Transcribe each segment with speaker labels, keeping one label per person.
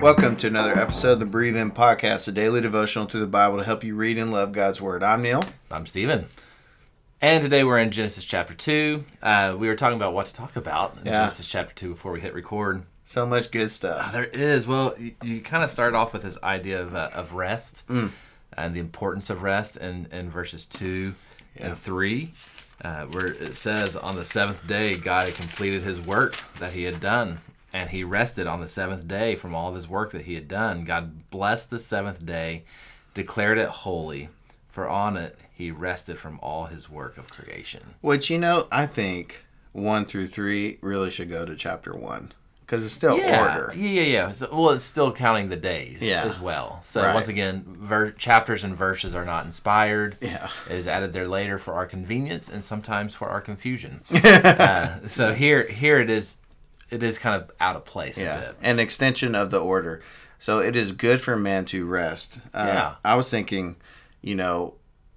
Speaker 1: Welcome to another episode of the Breathe In Podcast, a daily devotional through the Bible to help you read and love God's Word. I'm Neil.
Speaker 2: I'm Steven. And today we're in Genesis chapter 2. Uh, we were talking about what to talk about in
Speaker 1: Yeah.
Speaker 2: Genesis chapter 2 before we hit record.
Speaker 1: So much good stuff.
Speaker 2: Uh, There is. Well, you, you kind of start off with this idea of, uh, of rest and the importance of rest in, in verses 2 and 3, uh, where it says, On the seventh day, God had completed his work that he had done, and he rested on the seventh day from all of his work that he had done. God blessed the seventh day, declared it holy, for on it he rested from all his work of creation.
Speaker 1: Which, you know, I think one through three really should go to chapter one because it's still order.
Speaker 2: Yeah, yeah, yeah. So, well, it's still counting the days
Speaker 1: Yeah.
Speaker 2: as well. So
Speaker 1: Right.
Speaker 2: once again, ver- chapters and verses are not inspired.
Speaker 1: Yeah.
Speaker 2: It is added there later for our convenience and sometimes for our confusion. uh, so here, here it is. It is kind of out of place a
Speaker 1: Yeah.
Speaker 2: bit.
Speaker 1: An extension of the order. So it is good for man to rest. Uh,
Speaker 2: Yeah.
Speaker 1: I was thinking, you know,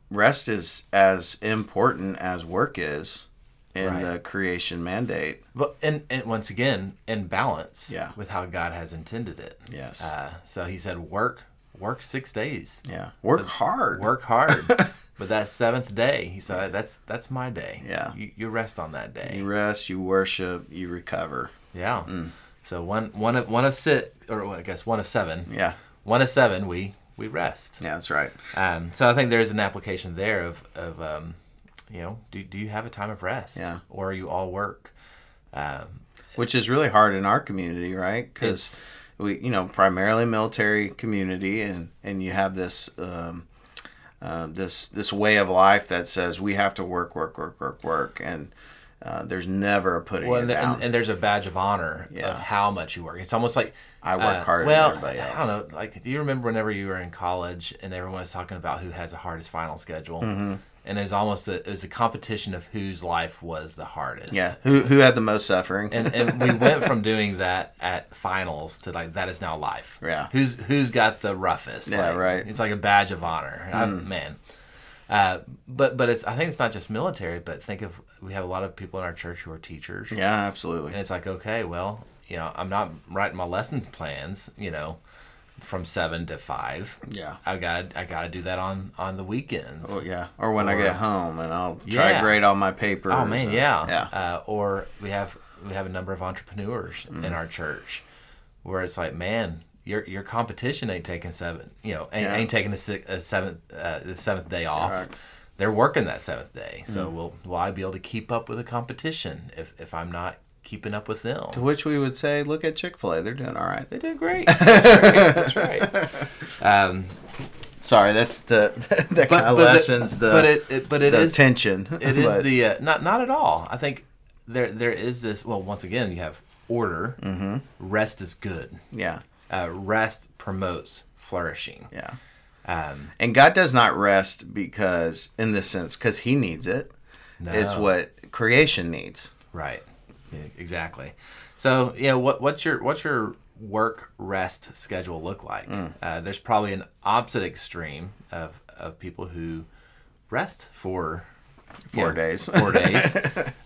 Speaker 1: rest is as important as work is in
Speaker 2: Right.
Speaker 1: the creation mandate.
Speaker 2: But and, and once again, in balance
Speaker 1: Yeah.
Speaker 2: with how God has intended it.
Speaker 1: Yes.
Speaker 2: Uh, so he said, work, work six days,
Speaker 1: yeah. Work hard.
Speaker 2: work hard. But that seventh day, he said, "That's that's my day.
Speaker 1: Yeah.
Speaker 2: you, you rest on that day.
Speaker 1: You rest, you worship, you recover.
Speaker 2: Yeah. So one one of one of six, or well, I guess one of seven.
Speaker 1: Yeah.
Speaker 2: One of seven, we we rest.
Speaker 1: Yeah, that's right.
Speaker 2: Um, so I think there's an application there of of um, you know, do do you have a time of rest?
Speaker 1: Yeah.
Speaker 2: Or you all work? Um,
Speaker 1: Which is really hard in our community, right? Because
Speaker 2: It's-
Speaker 1: we, you know, primarily military community, and and you have this. Um, uh, this this way of life that says we have to work work work work work and uh, there's never a putting
Speaker 2: well,
Speaker 1: it
Speaker 2: and, there-
Speaker 1: down.
Speaker 2: and, and there's a badge of honor
Speaker 1: Yeah.
Speaker 2: of how much you work. It's almost like uh,
Speaker 1: I work harder than
Speaker 2: well,
Speaker 1: everybody
Speaker 2: I don't know. Like, do you remember whenever you were in college and everyone was talking about who has the hardest final schedule? And it was almost a, it was a competition of whose life was the hardest.
Speaker 1: yeah, who who had the most suffering?
Speaker 2: and, and we went from doing that at finals to like that is now life.
Speaker 1: Yeah.
Speaker 2: Who's who's got the roughest?
Speaker 1: Yeah,
Speaker 2: Like,
Speaker 1: right. Hmm.
Speaker 2: It's like a badge of honor. I- man. Uh, but but it's I think it's not just military, but think of we have a lot of people in our church who are teachers,
Speaker 1: yeah, absolutely.
Speaker 2: and it's like okay, well, you know, I'm not writing my lesson plans, you know, from seven to five.
Speaker 1: Yeah.
Speaker 2: I got I got to do that on on the weekends.
Speaker 1: Well, yeah, or when I
Speaker 2: Or-
Speaker 1: get home and I'll try to
Speaker 2: Yeah.
Speaker 1: grade all my papers.
Speaker 2: Oh man,
Speaker 1: and-
Speaker 2: yeah.
Speaker 1: yeah.
Speaker 2: Uh, or we have we have a number of entrepreneurs in
Speaker 1: Mm-hmm.
Speaker 2: our church where it's like, man, your your competition ain't taking seven, you know, ain't,
Speaker 1: Yeah.
Speaker 2: ain't taking a, six, a seventh uh, the seventh day off.
Speaker 1: Correct.
Speaker 2: They're working that seventh day, so
Speaker 1: Mm-hmm.
Speaker 2: will will I be able to keep up with the competition if if I'm not keeping up with them?
Speaker 1: To which we would say, look at Chick Fil A, they're doing all right.
Speaker 2: They did great. That's right. That's right. Um,
Speaker 1: Sorry, that's the that kind of
Speaker 2: the-
Speaker 1: lessens the,
Speaker 2: but it, it but it
Speaker 1: the
Speaker 2: is-
Speaker 1: tension.
Speaker 2: It is
Speaker 1: But-
Speaker 2: the uh, not not at all. I think there there is this. Well, once again, you have order. Mm-hmm. Rest is good.
Speaker 1: yeah,
Speaker 2: Uh, rest promotes flourishing.
Speaker 1: yeah.
Speaker 2: Um,
Speaker 1: And God does not rest because, in this sense, because He needs it. It's
Speaker 2: No.
Speaker 1: what creation needs.
Speaker 2: right. Yeah, exactly. So you know what what's your what's your work rest schedule look like?
Speaker 1: Mm.
Speaker 2: Uh, there's probably an opposite extreme of of people who rest for
Speaker 1: Four
Speaker 2: Yeah,
Speaker 1: days.
Speaker 2: four days,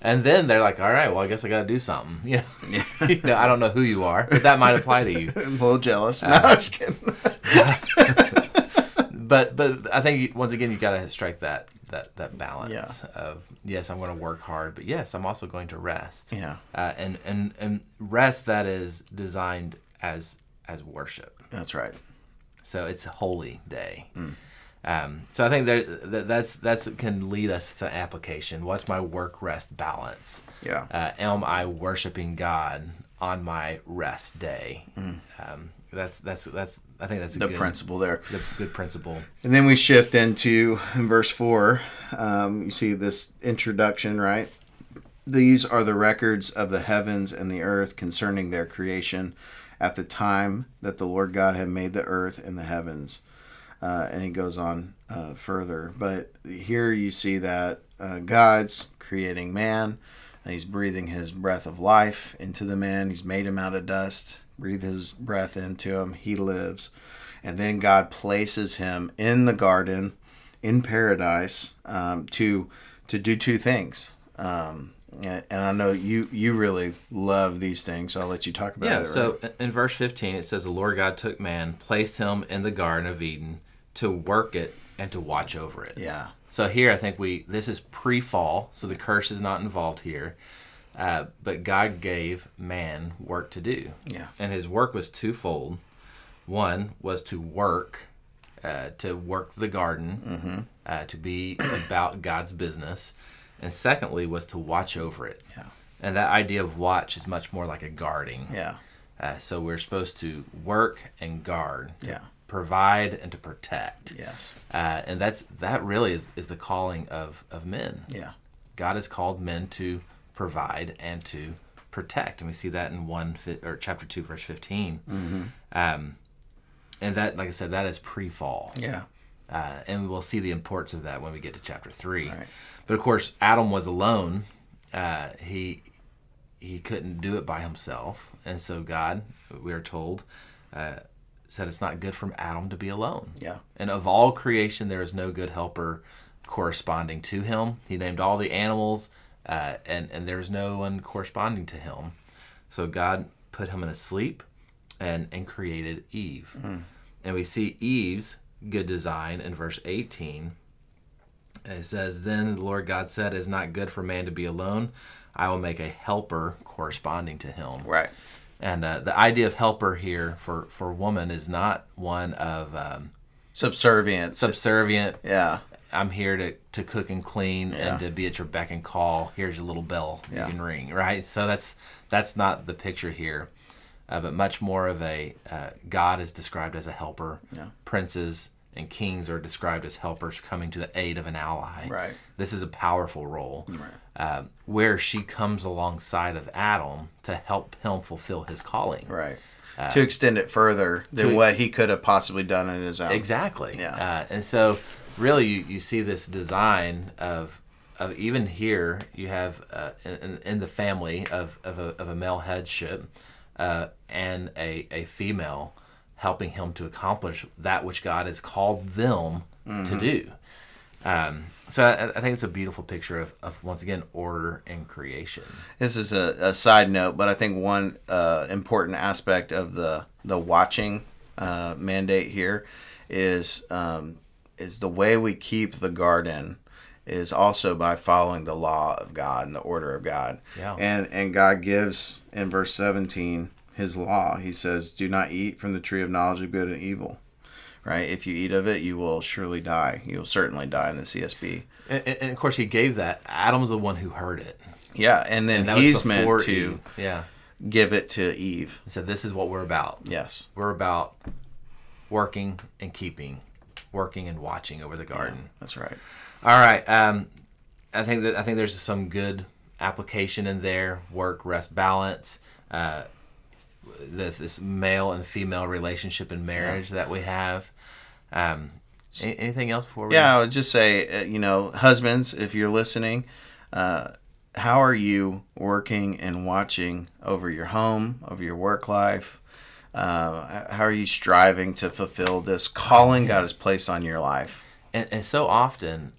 Speaker 2: and then they're like, "All right, well, I guess I got to do something." You know? you know, I don't know who you are, but that might apply to you.
Speaker 1: I'm a little jealous.
Speaker 2: Uh,
Speaker 1: No, I'm just kidding.
Speaker 2: But but I think you- once again, you got to strike that that that balance
Speaker 1: Yeah.
Speaker 2: of yes, I'm going to work hard, but yes, I'm also going to rest.
Speaker 1: Yeah.
Speaker 2: uh, and and and rest that is designed as as worship.
Speaker 1: That's right.
Speaker 2: So it's a holy day.
Speaker 1: Mm.
Speaker 2: Um, so I think there, that that's that's can lead us to application. What's my work rest balance?
Speaker 1: Yeah.
Speaker 2: uh, am I worshiping God on my rest day? Um, that's that's that's I think that's a
Speaker 1: Mm. the
Speaker 2: good,
Speaker 1: principle there.
Speaker 2: the good principle.
Speaker 1: And then we shift into in verse four. Um, you see this introduction, right? These are the records of the heavens and the earth concerning their creation at the time that the Lord God had made the earth and the heavens. Uh, and he goes on uh, further. But here you see that uh, God's creating man, and he's breathing his breath of life into the man. He's made him out of dust, breathe his breath into him. He lives. And then God places him in the garden in paradise um, to to do two things um, And and I know you you really love these things, so I'll let you talk about
Speaker 2: Yeah,
Speaker 1: it.
Speaker 2: so
Speaker 1: right?
Speaker 2: in verse 15, it says, The Lord God took man, placed him in the Garden of Eden to work it and to watch over it.
Speaker 1: yeah,
Speaker 2: So here, I think we, this is pre fall, so the curse is not involved here. Uh, but God gave man work to do.
Speaker 1: Yeah.
Speaker 2: And his work was twofold. One was to work, uh, to work the garden,
Speaker 1: Mm-hmm.
Speaker 2: uh, to be about God's business. And secondly, was to watch over it.
Speaker 1: Yeah.
Speaker 2: And that idea of watch is much more like a guarding.
Speaker 1: yeah,
Speaker 2: Uh, so we're supposed to work and guard,
Speaker 1: Yeah.
Speaker 2: provide and to protect.
Speaker 1: yes,
Speaker 2: Uh, and that's that really is, is the calling of, of men.
Speaker 1: yeah,
Speaker 2: God has called men to provide and to protect, and we see that in one fi- or chapter two, verse 15
Speaker 1: Mm-hmm.
Speaker 2: Um, and that, like I said, that is pre-fall,
Speaker 1: yeah,
Speaker 2: uh, and we'll see the importance of that when we get to chapter three.
Speaker 1: Right.
Speaker 2: But of course, Adam was alone; uh, he he couldn't do it by himself, and so God, we are told, uh, said it's not good for Adam to be alone.
Speaker 1: yeah,
Speaker 2: And of all creation, there is no good helper corresponding to him. He named all the animals, uh, and, and there is no one corresponding to him. So God put him in a sleep and, and created Eve.
Speaker 1: Hmm.
Speaker 2: And we see Eve's good design in verse 18. And it says, Then the Lord God said, It is not good for man to be alone. I will make a helper corresponding to him.
Speaker 1: right,
Speaker 2: And uh, the idea of helper here for, for woman is not one of. Um,
Speaker 1: subservience,
Speaker 2: subservient.
Speaker 1: yeah,
Speaker 2: I'm here to, to cook and clean
Speaker 1: Yeah.
Speaker 2: and to be at your beck and call. Here's your little bell
Speaker 1: Yeah.
Speaker 2: you can ring, right? So that's that's not the picture here, uh, but much more of a uh, God is described as a helper.
Speaker 1: Yeah.
Speaker 2: Princes and kings are described as helpers coming to the aid of an ally.
Speaker 1: Right.
Speaker 2: This is a powerful role uh, where she comes alongside of Adam to help him fulfill his calling.
Speaker 1: right. to extend it further than
Speaker 2: to-
Speaker 1: what he could have possibly done in his own.
Speaker 2: Exactly.
Speaker 1: Yeah.
Speaker 2: Uh, and so, really, you, you see this design of of even here you have uh, in- in, in the family of of a, of a male headship uh, and a a female helping him to accomplish that which God has called them to do. Um, so I, I think it's a beautiful picture of, of once again order and creation.
Speaker 1: This is a, a side note, but I think one uh, important aspect of the the watching uh, mandate here is um, is the way we keep the garden is also by following the law of God and the order of God.
Speaker 2: Yeah.
Speaker 1: And and God gives in verse 17 his law. He says, "Do not eat from the tree of knowledge of good and evil." Right? If you eat of it, you will surely die. You will certainly die in the CSB.
Speaker 2: And, and- and of course, he gave that. Adam's the one who heard it.
Speaker 1: Yeah, and then
Speaker 2: That
Speaker 1: he's
Speaker 2: was
Speaker 1: meant
Speaker 2: before
Speaker 1: to
Speaker 2: Eve. Yeah.
Speaker 1: give it to Eve.
Speaker 2: He said, "This is what we're about."
Speaker 1: Yes.
Speaker 2: we're about working and keeping, working and watching over the garden.
Speaker 1: That's right.
Speaker 2: All right, um, I think that I think there's some good application in there: work, rest, balance. Uh, this, this male and female relationship in marriage that we have. Um, a- anything else for
Speaker 1: Yeah, I would just say, uh, you know, husbands, if you're listening, uh, how are you working and watching over your home, over your work life? Uh, h- how are you striving to fulfill this calling God has placed on your life?
Speaker 2: and, and so often,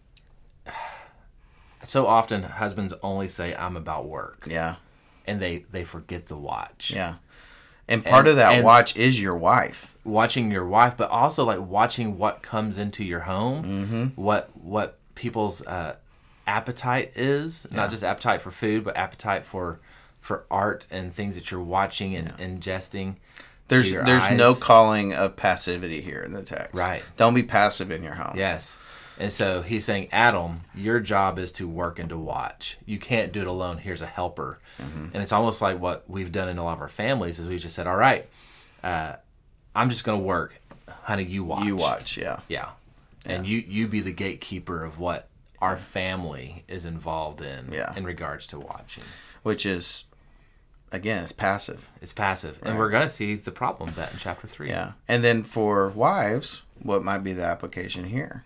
Speaker 2: so often husbands only say, "I'm about work,"
Speaker 1: Yeah,
Speaker 2: and they they forget the watch.
Speaker 1: yeah. And part
Speaker 2: And-
Speaker 1: of that
Speaker 2: and-
Speaker 1: watch is your wife.
Speaker 2: watching your wife, but also like watching what comes into your home, what what people's uh, appetite is, not just appetite for food, but appetite for for art and things that you're watching and ingesting.
Speaker 1: There's
Speaker 2: through your
Speaker 1: there's no
Speaker 2: eyes.
Speaker 1: calling of passivity here in the text.
Speaker 2: Right.
Speaker 1: Don't be passive in your home.
Speaker 2: yes. And so he's saying, Adam, your job is to work and to watch. You can't do it alone. Here's a helper. And it's almost like what we've done in a lot of our families is we just said, all right, uh, I'm just going to work. Honey, you watch.
Speaker 1: You watch. Yeah.
Speaker 2: Yeah. And you you be the gatekeeper of what our family is involved in
Speaker 1: Yeah.
Speaker 2: in regards to watching.
Speaker 1: Which is, again, it's passive.
Speaker 2: It's passive. And we're going to see the problem of that in chapter 3.
Speaker 1: Yeah. And then for wives, what might be the application here?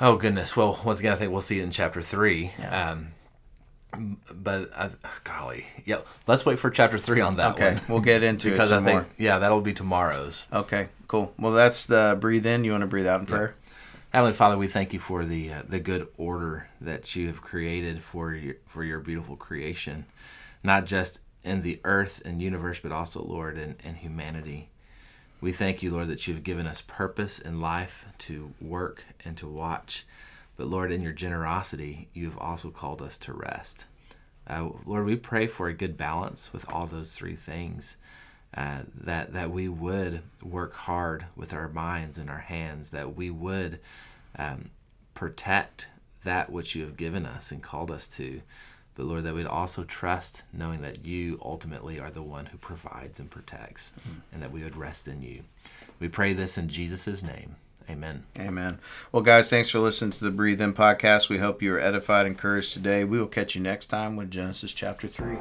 Speaker 2: Oh goodness. Well, once again I think we'll see it in chapter 3. Um but uh, golly. Yeah, let's wait for chapter 3 on that
Speaker 1: Okay.
Speaker 2: one.
Speaker 1: We'll get into it
Speaker 2: Because I
Speaker 1: some
Speaker 2: think
Speaker 1: more.
Speaker 2: yeah, that'll be tomorrow's.
Speaker 1: Okay. Cool. Well, that's the breathe in. You want to breathe out in prayer?
Speaker 2: Uh, Heavenly Father, we thank you for the uh, the good order that you have created for your for your beautiful creation, not just in the earth and universe, but also Lord in, in humanity. We thank you, Lord, that you have given us purpose in life to work and to watch. But Lord, in your generosity, you have also called us to rest. Uh, Lord, we pray for a good balance with all those three things. Uh, that that we would work hard with our minds and our hands. That we would um, protect that which you have given us and called us to. But Lord, that we'd also trust, knowing that you ultimately are the one who provides and protects, and that we would rest in you. We pray this in Jesus' name. Amen.
Speaker 1: Amen. Well, guys, thanks for listening to the Breathe In podcast. We hope you are edified and encouraged today. We will catch you next time with Genesis chapter 3.